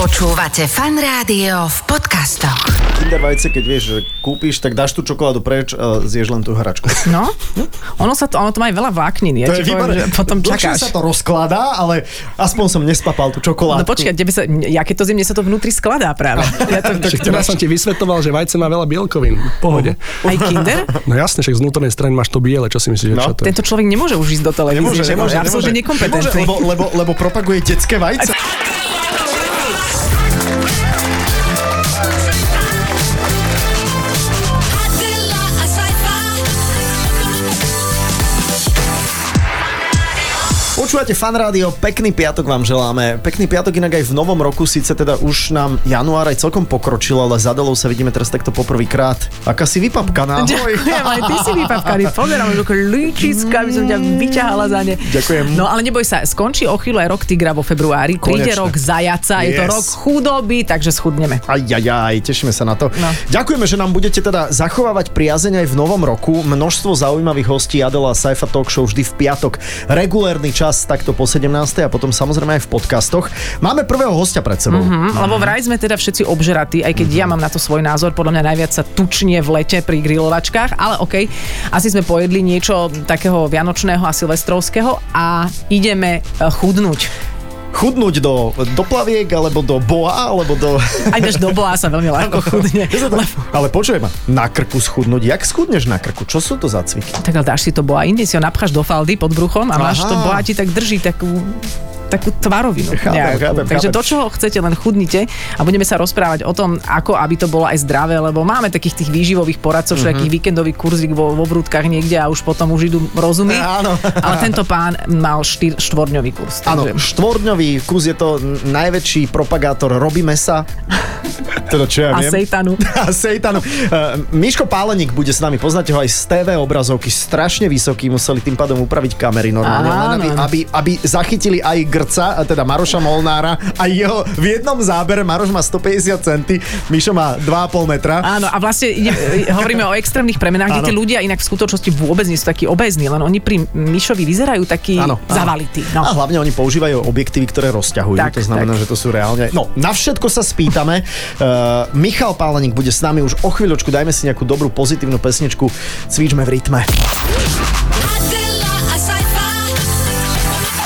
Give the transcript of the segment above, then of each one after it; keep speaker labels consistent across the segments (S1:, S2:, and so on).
S1: Počúvate fan rádio v podcastoch.
S2: Kinder vajce, keď vieš, že kúpiš, tak dáš tú čokoládu preč a zješ len tú hračku.
S3: No, ono, sa to, ono to má aj veľa váknin, ja ti poviem, že potom
S2: Dlhšie
S3: čakáš.
S2: sa to rozkladá, ale aspoň som nespapal tú čokoládu.
S3: No počkaj, kde by sa, ja keď to zimne sa to vnútri skladá práve. Ja to,
S4: Tak teraz som ti vysvetoval, že vajce má veľa bielkovín. V pohode.
S3: aj kinder?
S4: No jasne, však z vnútornej strany máš to biele, čo si myslíš, že
S2: No.
S4: čo to je?
S3: Tento človek nemôže už ísť do televízie.
S2: Nemôže,
S3: že?
S2: nemôže,
S3: Je absolútne
S2: nemôže.
S3: nekompetentný.
S2: Nemôže, lebo, lebo, lebo propaguje detské vajce.
S5: Adela, a
S2: Počúvate fan rádio, pekný piatok vám želáme. Pekný piatok inak aj v novom roku, síce teda už nám január aj celkom pokročil, ale zadalou sa vidíme teraz takto poprvýkrát. Aká si vypapkaná. Ahoj.
S3: Ďakujem, aj ty si vypapkaný. Pozerám, že ako líčiska, by som ťa vyťahala za ne.
S2: Ďakujem.
S3: No ale neboj sa, skončí o chvíľu aj rok tigra vo februári. Príde
S2: Konečne.
S3: rok zajaca, je to
S2: Yes.
S3: rok chudoby, takže schudneme.
S2: Ajajaj, tešíme sa na to. No.
S3: No.
S2: Ďakujeme, že nám budete teda zachovávať priazeň aj v novom roku. Množstvo zaujímavých hostí Adela a Saifa Talk Show vždy v piatok. Regulérny čas takto po 17. a potom samozrejme aj v podcastoch. Máme prvého hostia pred sebou. Mm-hmm.
S3: Lebo vraj sme teda všetci obžratí, aj keď ja mám na to svoj názor, podľa mňa najviac sa tučne v lete pri grilovačkách, ale okej, asi sme pojedli niečo takého vianočného a silvestrovského a ideme e, chudnúť.
S2: Chudnúť do, do plaviek, alebo do boa, alebo do...
S3: Aj než do boa sa veľmi ľahko chudne. Lebo-
S2: Ale počuj ma, na krku schudnúť. Jak schudneš na krku? Čo sú to za cviky?
S3: Tak ale dáš si to boa inde, si ho napcháš do faldy pod bruchom a máš
S2: Aha.
S3: to boa ti tak drží takú takú tvarovinu.
S2: Chápem,
S3: nejakú.
S2: chápem,
S3: Takže
S2: chápem.
S3: do čoho chcete, len chudnite a budeme sa rozprávať o tom, ako aby to bolo aj zdravé, lebo máme takých tých výživových poradcov,
S2: Mhm.
S3: všakých víkendový kurzík vo, vo vrútkach niekde a už potom už idú rozumy.
S2: Áno.
S3: Ale tento pán mal štyr, štvorňový kurz.
S2: Áno,
S3: takže-
S2: štvordňový kus je to n- najväčší propagátor robi mesa. Teda čo ja
S3: A
S2: viem.
S3: sejtanu.
S2: A Sejtanu. Uh, Miško Pálenik bude s nami, poznáte ho aj z TV obrazovky, strašne vysoký, museli tým pádom upraviť kamery normálne, len
S3: Áno,
S2: aby,
S3: áno.
S2: aby, aby zachytili aj Grca, a teda Maroša Molnára a jeho v jednom zábere, Maroš má 150 centy, Mišo má 2,5 metra.
S3: Áno, a vlastne ide, hovoríme o extrémnych premenách,
S2: Áno.
S3: kde tí ľudia inak v skutočnosti vôbec nie sú takí obezní, len oni pri Mišovi vyzerajú takí
S2: Áno, áno.
S3: zavalití.
S2: A
S3: No.
S2: hlavne oni používajú objektívy, ktoré rozťahujú.
S3: Tak,
S2: to znamená,
S3: tak.
S2: že to sú reálne... No, na všetko sa spýtame. Uh, Michal Pálenik bude s nami už o chvíľočku. Dajme si nejakú dobrú, pozitívnu pesničku. Cvičme v rytme.
S5: Adela, a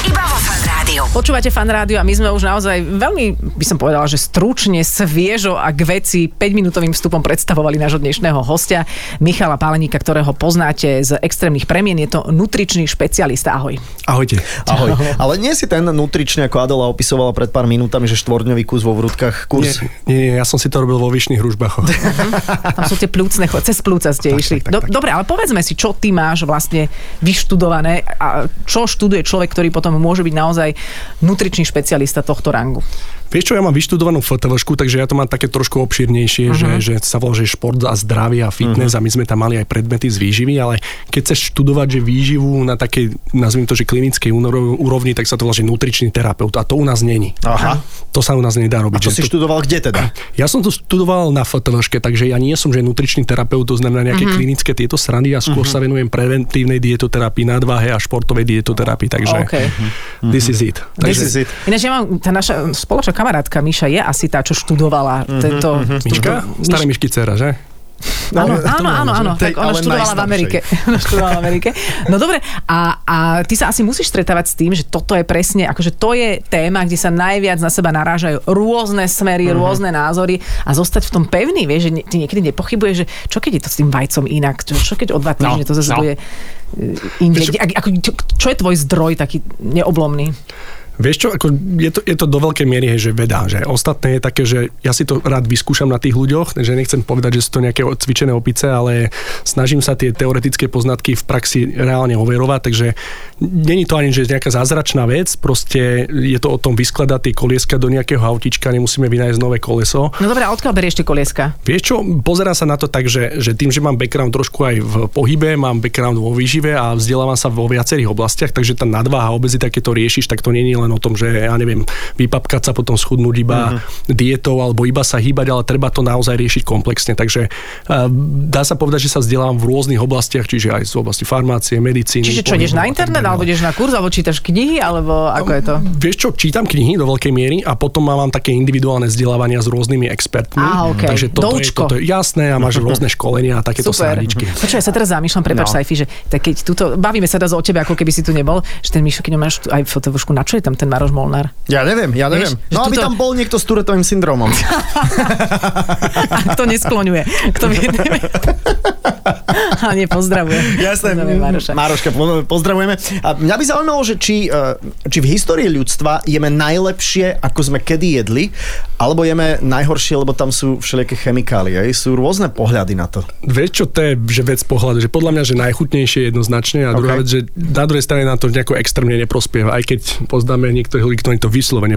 S1: Iba vo fan rádiu.
S3: Počúvate fan rádio a my sme už naozaj veľmi, by som povedala, že stručne, sviežo a k veci 5-minútovým vstupom predstavovali nášho dnešného hostia Michala Pálenika, ktorého poznáte z extrémnych premien. Je to nutričný špecialista. Ahoj.
S4: Ahojte.
S2: Ahoj. Ale nie si ten nutrične, ako Adela opisovala pred pár minútami, že štvorňový kus vo vrútkach
S4: Nie,
S2: kurz.
S4: nie, nie, ja som si to robil vo vyšných ružbachoch.
S3: Tam sú tie plúcne, cho- cez plúca ste išli.
S4: tak, tak,
S3: Do,
S4: tak.
S3: Dobre, ale povedzme si, čo ty máš vlastne vyštudované a čo študuje človek, ktorý potom môže byť naozaj nutričný špecialista tohto rangu.
S4: Vieš čo, ja mám vyštudovanú FTVšku, takže ja to mám také trošku obširnejšie,
S2: Mhm.
S4: uh-huh. že, že sa volá, že šport a zdravie a fitness uh-huh. a my sme tam mali aj predmety z výživy, ale keď chceš študovať, že výživu na takej, nazvime to, že klinickej únor- úrovni, tak sa to volá, že nutričný terapeut a to u nás není.
S2: Aha.
S4: To sa u nás nedá
S2: A
S4: robiť.
S2: to si
S4: že
S2: študoval kde teda?
S4: Ja som to študoval na FTVške, takže ja nie som že nutričný terapeut, to znamená
S2: Mhm.
S4: nejaké mm-hmm. klinické tieto strany, ja skôr mm-hmm. sa venujem preventívnej dietoterapii, nadváhe a športovej dietoterapii, takže
S3: Okay.
S4: this is it.
S2: Mhm. This
S4: Takže
S2: is it.
S3: Ináč, ja mám, tá naša spoločná kamarátka Miša je asi tá, čo študovala
S4: Mhm,
S3: tento...
S4: Miška?
S3: túto-
S4: Staré Mišky dcera, že?
S2: No,
S3: Áno,
S2: to
S3: áno,
S2: môžem.
S3: áno, áno.
S2: Tej,
S3: Tak ona
S2: ale
S3: študovala v
S2: najstaršej.
S3: Amerike. Ona študovala v Amerike. No dobre, a, a ty sa asi musíš stretávať s tým, že toto je presne, akože to je téma, kde sa najviac na seba narážajú rôzne
S2: Mhm.
S3: smery, mm-hmm. rôzne názory a zostať v tom pevný, vieš, že nie- ty niekedy nepochybuješ, že čo keď je to s tým vajcom inak, čo, čo keď o dva týždne to zase
S2: no.
S3: bude e, inde. Kde- ak- Ako, čo, čo je tvoj zdroj taký neoblomný?
S4: Vieš čo, ako je, to, je to do veľkej miery hej, že vedá, že ostatné je také, že ja si to rád vyskúšam na tých ľuďoch, že nechcem povedať, že sú to nejaké cvičené opice, ale snažím sa tie teoretické poznatky v praxi reálne overovať, takže není to ani že nejaká zázračná vec, proste je to o tom vyskladať tie kolieska do nejakého autička, nemusíme vynájsť nové koleso.
S3: No dobre, a odkiaľ berieš tie kolieska?
S4: Vieš čo, pozerám sa na to tak, že, že tým, že mám background trošku aj v pohybe, mám background vo výžive a vzdelávam sa vo viacerých oblastiach, takže tá nadváha, obezita, keď to riešiš, tak to nie je len len o tom, že ja neviem, vypapkať sa potom schudnúť
S3: Mhm.
S4: iba mm-hmm. dietou alebo iba sa hýbať, ale treba to naozaj riešiť komplexne. Takže eh, dá sa povedať, že sa vzdelám v rôznych oblastiach, čiže aj z oblasti farmácie, medicíny.
S3: Čiže čo, ideš
S4: pohybu a
S3: na
S4: tak
S3: internet,
S4: ďalej.
S3: alebo ideš na kurz, alebo čítaš knihy, alebo ako je to?
S4: Vieš čo, čítam knihy do veľkej miery a potom mám také individuálne vzdelávania s rôznymi expertmi.
S3: Á, ok.
S4: Takže toto je,
S3: Doučko.
S4: toto je jasné a máš rôzne školenia a takéto
S3: Super.
S4: srandičky.
S3: Počkaj, ja sa teraz zamýšľam, prepáč
S4: No.
S3: no. Saifi, že tak keď túto, bavíme sa teraz o tebe, ako keby si tu nebol, že ten Mišo, keď ho máš tu aj fotovošku, na čo je tam ten Maroš Molnár?
S2: Ja neviem, ja neviem.
S3: Vieš, že
S2: no aby
S3: tuto-
S2: tam bol niekto s Turetovým syndromom.
S3: A kto neskloňuje? Kto vie, nevie. A nepozdravuje.
S2: Jasné,
S3: Pozdravuje Maroša.
S2: Maroška, po- pozdravujeme. A mňa by zaujímalo, že či, e, či v histórii ľudstva jeme najlepšie, ako sme kedy jedli, alebo jeme najhoršie, lebo tam sú všelijaké chemikálie. hej? Sú rôzne pohľady na to.
S4: Vieš čo, to je že vec pohľadu, že podľa mňa, že najchutnejšie jednoznačne a druhá
S2: Ok.
S4: vec, že na druhej strane nám to nejako extrémne neprospieva, aj keď poznáme niektorých ľudí, ktorým to vyslovene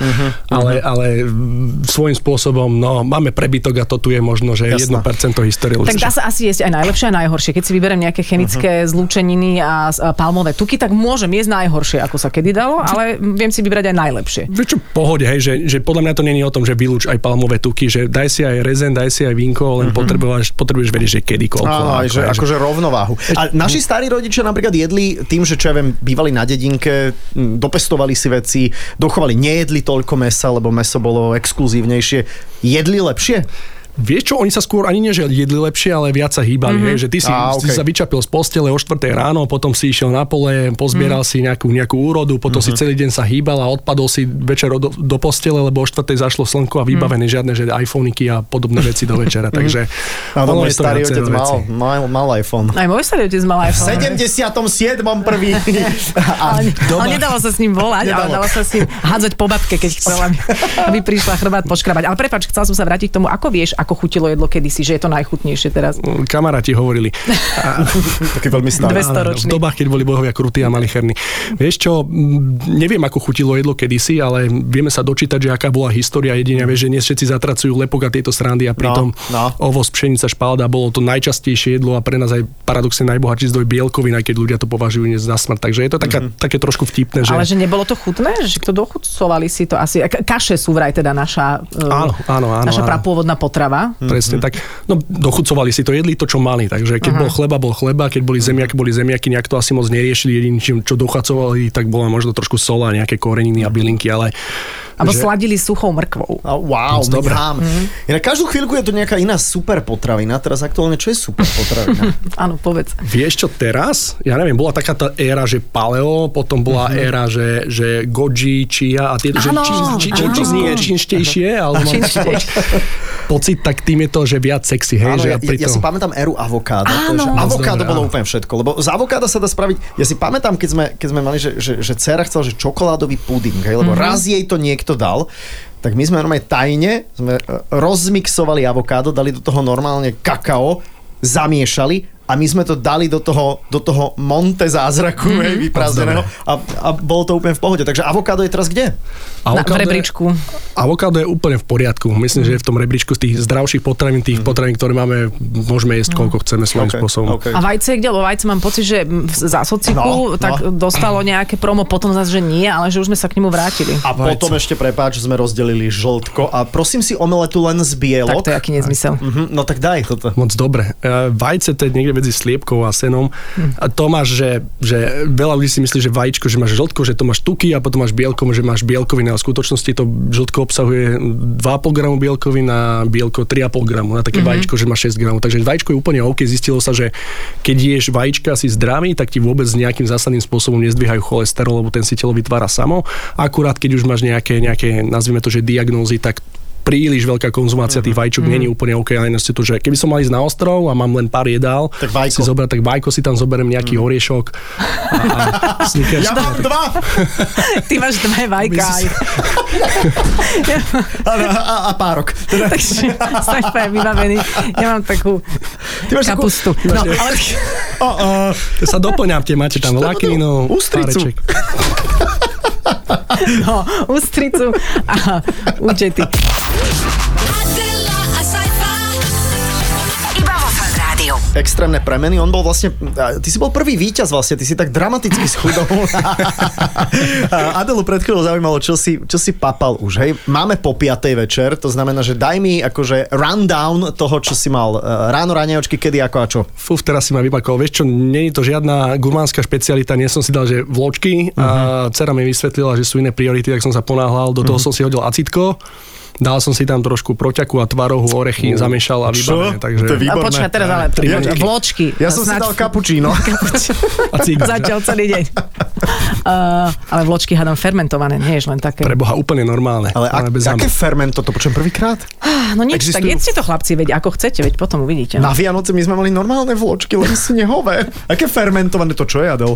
S2: Mhm,
S4: uh-huh, ale, ale mm, svojím spôsobom, no máme prebytok a to tu je možno, že
S2: Jasné.
S4: 1% histórie
S3: Tak dá
S4: ľudstva.
S3: sa asi jesť aj najlepšie a najhoršie. Keď si vyberiem nejaké chemické uh-huh. zlúčeniny a, s- a palmové tuky, tak môžem jesť najhoršie, ako sa kedy dalo, ale viem si vybrať aj najlepšie.
S4: Vieš čo, pohode, hej, že, že podľa mňa to není o tom, že vylúč aj palmové tuky, že daj si aj rezen, daj si aj vínko, len mm-hmm. potrebuješ, potrebuješ vedieť, že kedy, koľko.
S2: Mhm. Áno, aj, že,
S4: hej,
S2: akože rovnováhu. A naši starí rodičia napríklad jedli tým, že čo ja viem, bývali na dedinke, m, dopestovali si veci, dochovali, nejedli toľko mesa, lebo meso bolo exkluzívnejšie. Jedli lepšie?
S4: Vieš čo, oni sa skôr ani nie, že jedli lepšie, ale viac sa hýbali. Mm-hmm. Hej, že ty si,
S2: Mhm. Á,
S4: ah, okay. si
S2: okej.
S4: sa vyčapil z postele o 4 ráno, potom si išiel na pole,
S2: Mhm.
S4: pozbieral mm-hmm. si nejakú, nejakú úrodu, potom mm-hmm. si celý deň sa hýbal a odpadol si večer do, do postele, lebo o 4 zašlo slnko a vybavené
S2: Mhm.
S4: mm-hmm. žiadne že iPhoneiky a podobné veci do večera. Takže
S2: A to môj
S4: je to
S2: starý
S4: viacero
S2: otec mal,
S4: vecí.
S2: mal, mal iPhone.
S3: Aj môj starý otec mal
S2: V
S3: iPhone.
S2: 77. prvý. A
S3: Ale,
S4: doma-
S3: ale nedalo sa s ním volať, ale
S2: Nedalo.
S3: dalo sa s ním hádzať po babke, keď chcela, aby, aby prišla chrbát poškrabať. Ale prepač, chcela som sa vrátiť k tomu, ako vieš, ako chutilo jedlo kedysi, že je to najchutnejšie teraz.
S4: Kamaráti hovorili.
S2: taký veľmi starý.
S3: Dve-
S4: Áno,
S3: 200-ročný.
S4: V dobách, keď boli bohovia krutí a mali cherny. Vieš čo, m, neviem, ako chutilo jedlo kedysi, ale vieme sa dočítať, že aká bola história jedenia. Vieš, že dnes všetci zatracujú lepok a tieto srandy a pritom
S2: no.
S4: ovoz, pšenica, špalda bolo to najčastejšie jedlo a pre nás aj paradoxne najbohatší zdroj bielkovín, aj keď ľudia to považujú dnes za smrť. Takže je to taká,
S2: Mhm.
S4: mm-hmm. také trošku vtipné, že...
S3: Ale že nebolo to chutné, že to dochucovali si to asi. Ka- Kaše sú vraj teda naša, eh,
S4: Áno, áno, áno,
S3: naša
S4: áno.
S3: prapôvodná potrava.
S4: Presne tak. No, dochucovali si to, jedli to, čo mali. Takže keď bol chleba, bol chleba, keď boli zemiaky, boli zemiaky, nejak to asi moc neriešili. Jediným, čím, čo dochacovali, tak bola možno trošku sola, nejaké koreniny a bylinky, ale...
S3: Alebo
S4: že-
S3: sladili suchou mrkvou.
S2: A wow,
S4: Moc dobré.
S2: mám. Inak každú chvíľku je tu nejaká iná super potravina. Teraz aktuálne, čo je super potravina?
S3: Áno, povedz.
S4: Vieš čo teraz? Ja neviem, bola taká tá éra, že paleo, potom bola uh-huh. éra, že, že goji, chia a tieto,
S3: Mhm.
S4: že
S3: Áno,
S4: čín, čín,
S3: áno.
S4: čínskej- čínštejšie, ale mám taký
S3: Čínštejšie.
S4: poč- pocit, tak tým je to, že viac sexy, hej,
S2: Áno,
S4: že
S2: ja,
S4: ja,
S2: ja, ja si pamätám éru avokáda. To je, že
S3: Áno.
S2: avokádo
S4: Dobre,
S2: bolo
S4: áno.
S2: úplne všetko, lebo z avokáda sa dá spraviť... Ja si pamätám, keď sme, keď sme mali, že, že, že dcera chcela, že čokoládový puding, hej,
S3: Mhm.
S2: lebo mm-hmm. raz jej to niekto dal, tak my sme normálne tajne sme e, rozmixovali avokádo, dali do toho normálne kakao, zamiešali a my sme to dali do toho, do toho monte zázraku,
S3: Mhm.
S2: mm-hmm. hej, vyprázdneného a, a bolo to úplne v pohode. Takže avokádo je teraz kde?
S3: Na, v rebríčku.
S4: Avokádo je úplne v poriadku. Myslím, že je v tom rebríčku z tých zdravších potravín, tých potravín, ktoré máme, môžeme jesť koľko chceme svojím
S2: Mhm. Ok,
S4: spôsobom.
S2: ok.
S3: A vajce je kde? Lebo vajce mám pocit, že v-
S2: No,
S3: za sociku
S2: no.
S3: tak dostalo nejaké promo, potom zase, že nie, ale že už sme sa k nemu vrátili.
S2: A potom ešte, prepáč, sme rozdelili žltko a prosím si omeletu len z bielok.
S3: Tak to je aký nezmysel.
S2: Mhm, no tak daj toto.
S4: Moc dobre. E, Vajce to je niekde medzi sliepkou a senom. A to máš, že, že veľa ľudí si myslí, že vajíčko, že máš žltko, že to máš tuky a potom máš bielko, že máš bielkoviny. A v skutočnosti to žltko obsahuje 2,5 gramu bielkovín a bielko 3,5 gramu. Na také mm-hmm. vajíčko, že máš 6 gramov. Takže vajíčko je úplne OK. Zistilo sa, že keď ješ vajíčka si zdravý, tak ti vôbec nejakým zásadným spôsobom nezdvíhajú cholesterol, lebo ten si telo vytvára samo. Akurát keď už máš nejaké, nejaké nazvime to, že diagnózy, tak príliš veľká konzumácia tých vajíčok mm. není úplne OK. Aj na to, že keby som mal ísť na ostrov a mám len pár jedál,
S2: Tak vajko. Mhm.
S4: si zober, tak vajko si tam zoberiem nejaký mm. oriešok a, a
S2: Ja
S4: Snickers.
S2: mám dva!
S3: Ty máš dve vajka.
S4: My
S3: aj.
S4: si-
S2: A, a, a párok. Teda,
S3: Takže Safa je vybavený. Ja mám takú
S2: ty máš takú...
S3: kapustu. No, ale
S2: O, o,
S4: To sa doplňam, tie máte tam
S2: Čo to
S4: lakininu,
S2: bolo? Ústricu.
S4: páreček.
S3: no, ústricu a účety.
S5: Adela, a sci-fi.
S1: Iba vo Fan Rádiu.
S2: extrémne premeny. On bol vlastne, a ty si bol prvý víťaz vlastne, ty si tak dramaticky schudol. A Adelu pred chvíľou zaujímalo, čo si, čo si papal už, hej. Máme po 5. večer, to znamená, že daj mi akože rundown toho, čo si mal e, ráno, ráňajočky, kedy, ako a čo.
S4: Fuf, teraz si ma vypakol. Vieš čo, nie je to žiadna gurmánska špecialita, nie som si dal, že vločky. Uh-huh. A dcera mi vysvetlila, že sú iné priority, tak som sa ponáhľal. Do toho uh-huh. som si hodil acitko. Dal som si tam trošku proťaku a tvarohu, orechy, uh, zamiešal a vybavené. Takže...
S2: To je
S3: A
S2: výborné.
S3: počkaj, teraz ale
S4: Tri
S3: počkaj,
S4: vločky.
S3: vločky.
S2: Ja som si
S3: Snad-
S2: dal kapučíno.
S4: a cík,
S3: Zatiaľ celý deň. Uh, ale vločky hádam fermentované, nie je len také.
S4: pre Boha úplne normálne.
S2: Ale ak,
S4: bez
S2: aké
S4: zámach.
S2: fermento, to počujem prvýkrát?
S3: No nič, tak
S2: Existujú-
S3: jedzte to chlapci, veď ako chcete, veď potom uvidíte. no.
S2: Na Vianoce my sme mali normálne vločky, len snehové. Aké fermentované to čo je, Adel?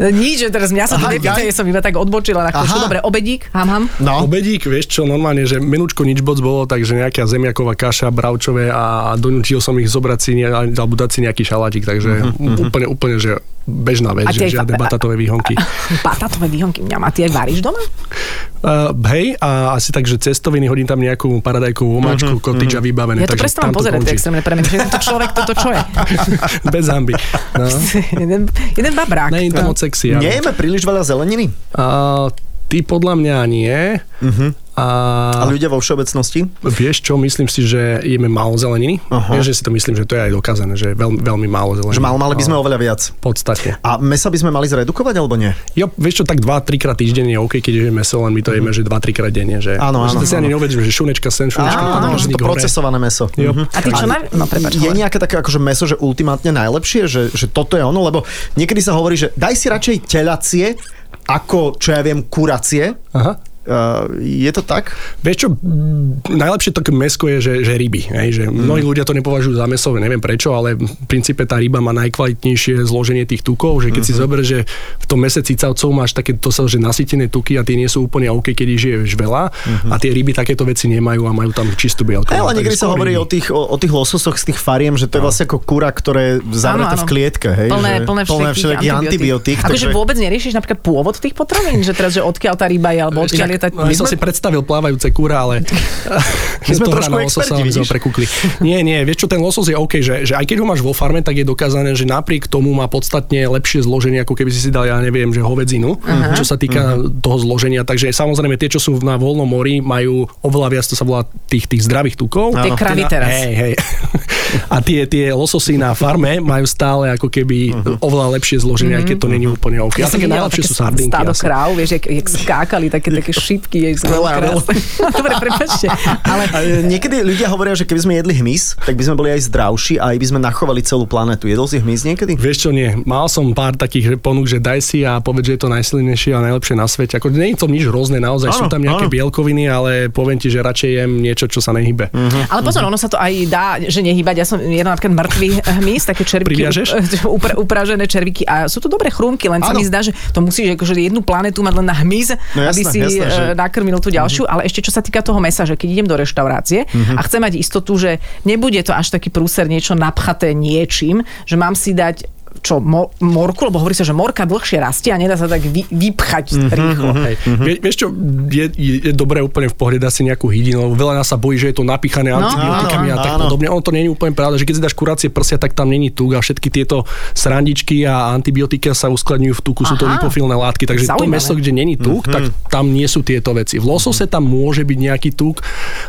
S3: Nič, že teraz mňa sa to
S2: Aha,
S3: nepýtaj,
S2: ja-
S3: ja som iba tak odbočila na
S2: Aha.
S3: chvíľu. Dobre, obedík, ham, ham.
S2: No,
S4: Obedík, vieš čo, normálne, že menučko nič moc bolo, takže nejaká zemiaková kaša, bravčové a donúčil som ich zobrať si, ne, alebo dať si nejaký šalátik, takže uh-huh. úplne, úplne, že bežná
S3: A
S4: vec,
S3: tie fa-
S4: že žiadne batatové výhonky.
S3: Batatové výhonky mňam. A ty aj varíš doma?
S4: Uh, hej, a asi tak, že cestoviny, hodím tam nejakú paradajkovú omáčku, uh-huh, kotič a
S3: Ja
S4: vybavené.
S3: to
S4: takže
S3: prestávam
S4: tam
S3: pozerať, tie
S4: končí.
S3: extrémne premeny. že Tento človek, toto čo je?
S4: Bez hamby. No.
S3: jeden, jeden babrák.
S4: Nie je to moc sexy. áno.
S2: nejeme príliš veľa zeleniny.
S4: A, ty podľa mňa nie. Uh-huh. A,
S2: A ľudia vo všeobecnosti?
S4: vieš čo, myslím si, že jeme málo zeleniny.
S2: Aha.
S4: Vieš, že si to myslím, že to je aj dokázané, že je veľmi, veľmi málo zeleniny.
S2: Že mal, mali by sme
S4: No,
S2: oveľa viac.
S4: v podstate.
S2: A mesa by sme mali zredukovať, alebo nie?
S4: Jo, vieš čo, tak 2-3 krát týždenne je OK, keď jeme meso, len my to jeme, že 2-3 krát denne.
S2: Mhm.
S4: Že,
S2: Áno,
S4: že
S2: áno,
S4: to si ani neuvedomím, že šunečka sen, šunečka tam,
S2: Áno, áno, no, že to
S4: nožník hore.
S2: procesované meso.
S4: Jo.
S2: Mhm.
S3: A ty čo naj... No, prepáč,
S2: je
S3: hovor.
S2: nejaké také akože meso, že ultimátne najlepšie, že, že toto je ono, lebo niekedy sa hovorí, že daj si radšej telacie, ako, čo ja viem, kuracie.
S4: Aha.
S2: Uh, je to tak?
S4: Vieš čo, mm, najlepšie také mesko je, že, že ryby. Hej? Že
S2: Mm.
S4: mnohí ľudia to nepovažujú za meso, neviem prečo, ale v princípe tá ryba má najkvalitnejšie zloženie tých tukov, že keď
S2: Mhm.
S4: si zoberieš, že v tom mese cicavcov máš také to sa, že nasytené tuky a tie nie sú úplne OK, keď ich žiješ veľa a tie ryby takéto veci nemajú a majú tam čistú bielku.
S2: Mhm. Hej, ale
S4: Takže
S2: niekedy sa
S4: skôr
S2: hovorí o
S4: ryby.
S2: tých, o, o tých lososoch z tých fariem, že to je vlastne ako kura, ktoré je zavreté v
S3: Áno, áno.
S2: klietke. Hej,
S3: plné,
S2: že,
S3: plné všetkých,
S2: všetkých antibiotík.
S3: Akože
S2: takže-
S3: vôbec neriešiš napríklad pôvod tých potravín, že teraz, že odkiaľ tá ryba je, alebo odkiaľ je tá...
S4: No, ja som si predstavil plávajúce kúra, ale
S2: My sme
S4: to hra
S2: trošku
S4: na lososa,
S2: experti,
S4: aby sme ho
S2: vidíš?
S4: prekúkli. Nie, nie, vieš čo, ten losos je OK, že, že aj keď ho máš vo farme, tak je dokázané, že napriek tomu má podstatne lepšie zloženie, ako keby si si dal, ja neviem, že hovedzinu, čo sa týka
S2: Mhm.
S4: toho zloženia. Takže samozrejme tie, čo sú na voľnom mori, majú oveľa viac, to sa volá tých, tých zdravých tukov.
S3: Tie kravy
S4: na-
S3: teraz.
S4: Hej, hej. A tie, tie lososy na farme majú stále ako keby
S2: Mhm.
S4: oveľa lepšie zloženie, aj keď to není úplne OK. Ja,
S3: som
S4: také
S3: videla
S4: najlepšie
S3: také
S4: sú sardinky.
S3: Stádo
S4: asi.
S3: kráv, vieš, jak, jak skákali, také, také šipky. Jak
S2: Skvelé, áno.
S3: krásne. Dobre, prepačte. Ale
S2: Ale e, niekedy ľudia hovoria, že keby sme jedli hmyz, tak by sme boli aj zdravší a aj by sme nachovali celú planetu. Jedol si hmyz niekedy?
S4: Vieš čo, nie. Mal som pár takých že ponúk, že daj si a povedz, že je to najsilnejšie a najlepšie na svete. Ako, nie je to nič rôzne, naozaj
S2: Áno,
S4: sú tam nejaké
S2: áno.
S4: bielkoviny, ale poviem ti, že radšej jem niečo, čo sa nehybe. Mm-hmm.
S3: Ale pozor, ono sa to aj dá, že nehýbať. Ja som jedla napríklad mŕtvý hmyz, také červiky.
S4: Priviažeš?
S3: Upra, upražené červiky. A sú to dobré chrumky, len sa
S2: Áno.
S3: mi zdá, že to musíš akože jednu planetu mať len na hmyz,
S2: No jasné,
S3: aby si
S2: jasné, že- Mhm.
S3: eh, nakrmil tú ďalšiu. Ale ešte čo sa týka toho mesa, že keď idem do reštaurácie a chcem mať istotu, že nebude to až taký prúser niečo napchaté niečím, že mám si dať čo, mo- morku, lebo hovorí sa, že morka dlhšie rastie a nedá sa tak vy- vypchať
S2: Mhm.
S3: rýchlo.
S4: Hej. Vie, vieš čo, je, je- je dobré úplne v pohode dať si nejakú hydinu, lebo veľa nás sa bojí, že je to napíchané no,
S2: áno,
S4: antibiotikami a tak
S2: áno.
S4: podobne. Ono to nie je úplne pravda, že keď si dáš kuracie prsia, tak tam není tuk a všetky tieto srandičky a antibiotika sa uskladňujú v tuku, sú to
S3: Aha.
S4: lipofilné látky, takže to
S3: Zaujímavé.
S4: meso, kde není tuk, tak tam nie sú tieto veci. V losose tam môže byť nejaký tuk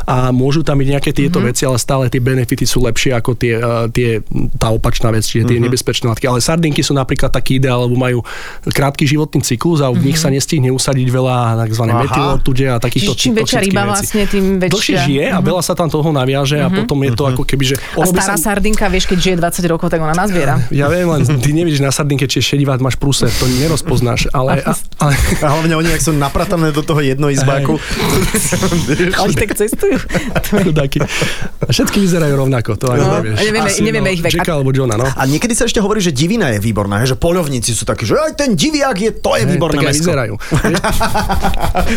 S4: a môžu tam byť nejaké tieto veci, ale stále tie benefity sú lepšie ako tie, eh, tie tá opačná vec, čiže tie nebezpečné látky. Ale sardinky sú napríklad taký ideál, lebo majú krátky životný cyklus a v nich sa nestihne usadiť veľa tzv.
S2: Aha.
S4: metylotude a
S3: Čiže
S4: takýchto
S3: čím väčšia
S4: toxických
S3: ryba
S4: vecí.
S3: vlastne, tým väčšia. Mhm.
S4: Dlhšie žije a veľa sa tam toho naviaže a potom je to ako keby, že...
S3: A
S4: ono by
S3: stará sardinka, vieš, keď žije 20 rokov, tak ona nazbiera.
S4: ja viem len, ty nevidíš na sardinke, či je šedivá, máš prúser, to nerozpoznáš, ale, a- ale
S2: A hlavne oni, ak sú napratané do toho jednoizbáku.
S3: Ale tak cestujú.
S4: Chudáky. A všetky vyzerajú rovnako, to ani
S3: No,
S4: nevieš.
S3: a nevieme- nevieme ich vek.
S4: Jacka alebo Johna, no.
S2: A niekedy sa ešte hovorí, že divina je výborná, hej, že poľovníci sú takí, že aj ten diviak je, to je
S4: Hej,
S2: výborné
S4: Eh, tak aj
S2: mesko.
S4: vyzerajú.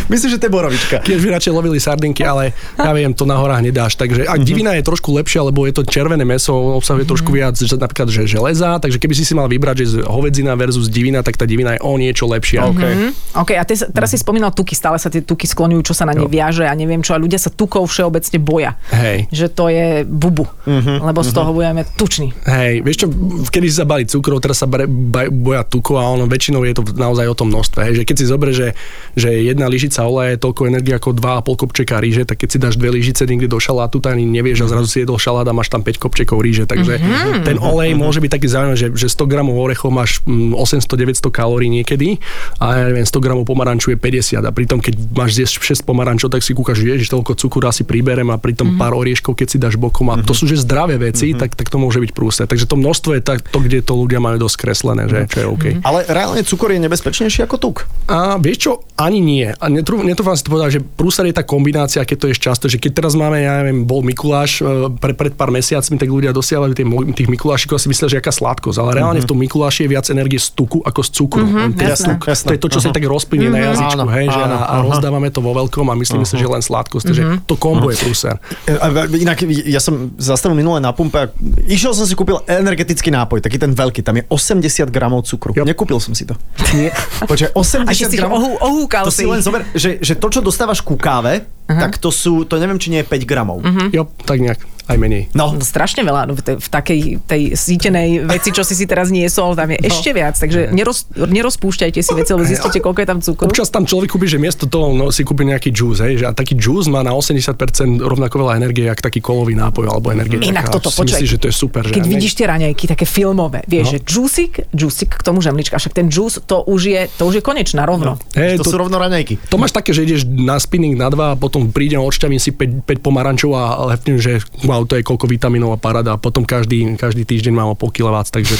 S2: Myslím, že to je borovička.
S4: Keď by radšej lovili sardinky, ale ja viem, to na horách nedáš. Takže
S3: Mhm.
S4: ak divina je trošku lepšia, lebo je to červené meso, obsahuje trošku viac že- napríklad že železa, takže keby si si mal vybrať, že z hovedzina versus divina, tak tá divina je o niečo lepšia.
S2: OK.
S4: Mhm.
S3: OK, a te, teraz si spomínal tuky, stále sa tie tuky skloňujú, čo sa na ne viaže a neviem čo, a ľudia sa tukou mužov všeobecne boja.
S4: Hej. Mhm,
S3: Že to je bubu. Uh-huh, lebo z toho budeme tuční.
S4: Hej, vieš čo, kedy sa bali cukrov, teraz sa bare- ba- boja tukov a ono väčšinou je to naozaj o tom množstve. Hej, že keď si zobre, že, že jedna lyžica oleja je toľko energie ako 2,5 kopčeka ríže, tak keď si dáš dve lyžice niekde do šalátu, tak ani nevieš a zrazu si jedol šalát a máš tam 5 kopčekov ríže. Takže mm-hmm. ten olej môže byť taký zaujímavý, že, že 100 gramov orechov máš mm, 800-900 kalórií niekedy a ja neviem, 100 gramov pomaranču je 50 a pritom keď máš zjesť 6 pomarančov, tak si kúkaš, ježiš, toľko cukru asi príberem a pritom mm-hmm. pár orieškov, keď si dáš bokom a to sú že zdravé veci, mm-hmm. tak, tak to môže byť prúste. Takže to množstvo je tak, to, kde to ľudia majú dosť kreslené, že čo je OK. Mm-hmm.
S2: Ale reálne cukor je nebezpečnejší ako tuk.
S4: A vieš čo, ani nie. A netrú, netrúfam si to povedať, že prúser je tá kombinácia, keď to je často, že keď teraz máme, ja neviem, bol Mikuláš e, pre, pred pár mesiacmi, tak ľudia dosiahli tie, mo- tých Mikulášikov a si myslia, že aká sladkosť. Ale reálne
S2: Mhm.
S4: v tom Mikuláši je viac energie z tuku ako z cukru. Mm-hmm, ten
S2: jasné,
S4: tuk,
S2: jasné.
S4: to je to, čo sa tak rozplynie na jazyčku,
S2: Áno,
S4: hej, že
S2: áno,
S4: a, a
S2: aha. Mhm.
S4: rozdávame to vo veľkom a myslíme si, že len sladkosť. Takže to kombo je prúser.
S2: E, a- a- Inak ja som zastavil minulé na pumpe a išiel som si kúpil energetický nápoj, taký ten veľký, tam je 80 gramov cukru.
S4: Jo.
S2: Nekúpil som si to. Nie. Počkaj, 80
S3: A ešte si
S2: gramov.
S3: ohú- ohúkal
S2: to si
S3: si.
S2: len zober, že, že to, čo dostávaš ku káve, uh-huh. tak to sú, to neviem, či nie je 5 gramov. Uh-huh.
S4: Jo, tak nejak, aj menej.
S2: No,
S3: No, strašne veľa no, v, tej, v takej tej sítenej veci, čo si si teraz niesol, tam je no. ešte viac, takže neroz, nerozpúšťajte si veci, lebo zistíte, koľko je tam cukru.
S4: Občas tam človek kúpi, že miesto toho no, si kúpi nejaký juice, hej, že a taký juice má na 80% rovnako veľa energie, ako taký kolový nápoj alebo energie.
S3: Mhm. Inak toto, počkaj.
S4: Myslíš, že to je super. Že
S3: Keď
S4: ja ne-
S3: vidíš tie raňajky, také filmové, vieš, no. že džúsik, džúsik k tomu žemlička, však ten džús, to už je, to už je konečná rovno. No.
S4: Hej,
S2: to, to sú rovno raňajky.
S4: To máš také, že ideš na spinning na dva a potom prídem, odšťavím si 5, 5 pomarančov a a lepnem, že wow, to je koľko vitamínov a parada a potom každý, každý týždeň mám o pol kilovat, takže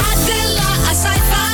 S5: Adela, a saiba.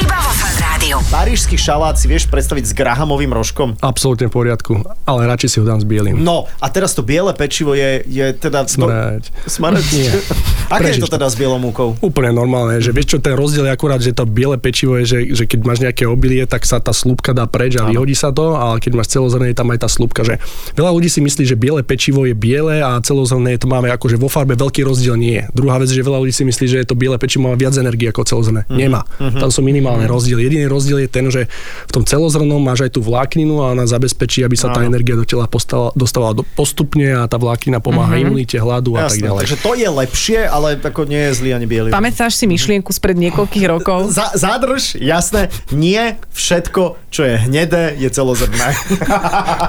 S1: Iba vo Fan Rádiu.
S2: Parížský šalát si vieš predstaviť s grahamovým rožkom.
S4: absolútne v poriadku, ale radšej si ho dám s bielým.
S2: No, a teraz to biele pečivo je, je teda...
S4: Smrať.
S2: Smrať?
S4: Nie.
S2: Aké je to
S4: Prežič to.
S2: teda s bielou múkou?
S4: Úplne normálne,
S2: Mhm.
S4: že vieš čo, ten rozdiel je akurát, že to biele pečivo je, že, že keď máš nejaké obilie, tak sa tá slúbka dá preč a vyhodí sa to, ale keď máš celozrné, je tam aj tá slúbka, že veľa ľudí si myslí, že biele pečivo je biele a celozrné to máme akože vo farbe veľký rozdiel nie je. Druhá vec, že veľa ľudí si myslí, že to biele pečivo má viac energie ako celozrné.
S2: Mhm.
S4: Nemá. Tam sú minimálne rozdiel. Jediný rozdiel je ten, že v tom celozrnom máš aj tú vlákninu a ona zabezpečí, aby sa tá energia do tela postala, dostala do, postupne a tá vláknina pomáha imunite, hladu a
S2: Mhm.
S4: tak
S2: Jasné,
S4: ďalej.
S2: takže to je lepšie, ale ako nie je zlý ani biely.
S3: Pamätáš si myšlienku spred niekoľkých rokov?
S2: Za, zadrž, jasné, nie všetko, čo je hnedé, je celozrné.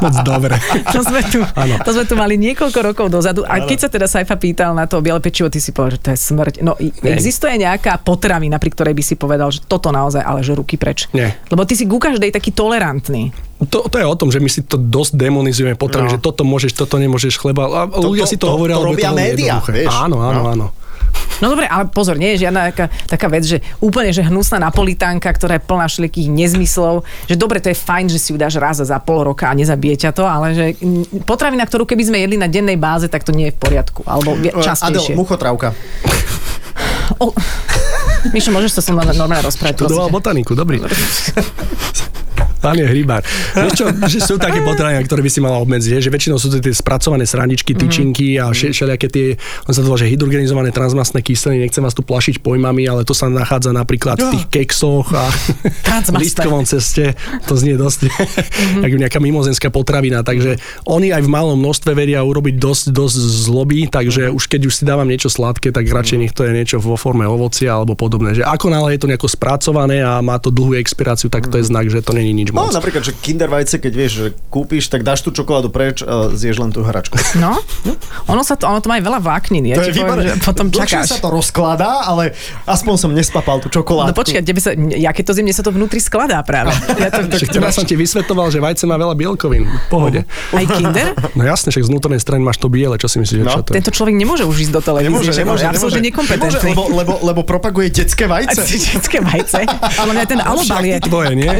S4: Moc dobre.
S3: To sme, tu, to sme tu mali niekoľko rokov dozadu. A keď sa teda Saifa pýtal na to biele pečivo, ty si povedal, že to je smrť. No i-
S4: Nie.
S3: existuje nejaká potravina, pri ktorej by si povedal, že toto naozaj, ale že ruky preč.
S4: Nie.
S3: Lebo ty si ku každej taký tolerantný.
S4: To, to je o tom, že my si to dosť demonizujeme potrebne,
S2: No.
S4: no. že toto môžeš, toto nemôžeš, chleba. A to, ľudia
S2: to-
S4: si to,
S2: to-
S4: hovoria,
S2: to
S4: lebo je
S2: robia
S4: veľmi
S2: médiá,
S4: jednoduché.
S2: vieš.
S4: Áno, áno,
S2: No.
S4: áno.
S3: No dobre, ale pozor, nie je žiadna taká, taká vec, že úplne že hnusná napolitánka, ktorá je plná všelijakých nezmyslov, že dobre, to je fajn, že si ju dáš raz za pol roka a nezabije ťa to, ale že mm, potravina, ktorú keby sme jedli na dennej báze, tak to nie je v poriadku, alebo vie-
S2: Adel,
S3: častejšie.
S2: muchotrávka.
S3: O, Mišo, môžeš sa so mnou normálne rozprávať, prosím
S4: Študoval
S3: ťa.
S4: botaniku, dobrý. Pán je hrybár. Vieš čo, že sú také potraviny, ktoré by si mala obmedziť, hej, že väčšinou sú to tie spracované srandičky,
S2: Mhm.
S4: tyčinky a še- všelijaké tie, on sa to volá, že hydrogenizované transmastné kyseliny, nechcem vás tu plašiť pojmami, ale to sa nachádza napríklad
S2: No.
S4: v tých keksoch a
S3: Transmastné.
S4: v lístkovom ceste, to znie dosť, ako nejaká mimozemská potravina, takže oni aj v malom množstve vedia urobiť dosť, dosť zloby, takže už keď už si dávam niečo sladké, tak radšej nech to je niečo vo forme ovocia alebo podobné, že ako náhle je to nejako spracované a má to dlhú expiráciu, tak to je znak, že to není nič
S2: No,
S4: moc.
S2: napríklad, že kinder vajce, keď vieš, že kúpiš, tak dáš tú čokoládu preč a zješ len tú hračku.
S3: No, ono, sa to, ono to má aj veľa váknin. Ja ti poviem, že potom
S2: Dlhšie sa
S3: čakáš.
S2: to rozkladá, ale aspoň som nespapal tú čokoládu.
S3: No počkaj, tebe sa, ja keď to zjem, mne sa to vnútri skladá práve. Ja to,
S4: Však teraz som ti vysvetoval, že vajce má veľa bielkovín. V pohode.
S3: aj kinder?
S4: No jasne, však z vnútornej strany máš to biele, čo si myslíš, že
S2: No,
S4: čo to je?
S3: Tento človek nemôže už ísť do televízie.
S2: Nemôže,
S3: že?
S2: nemôže,
S3: Je
S2: nemôže.
S3: absolútne
S2: Nemôže,
S3: nekompetentný.
S2: lebo, lebo, lebo propaguje detské
S3: A
S2: vajce.
S3: Detské vajce. Podľa mňa ten alobal je.
S4: tvoje, nie?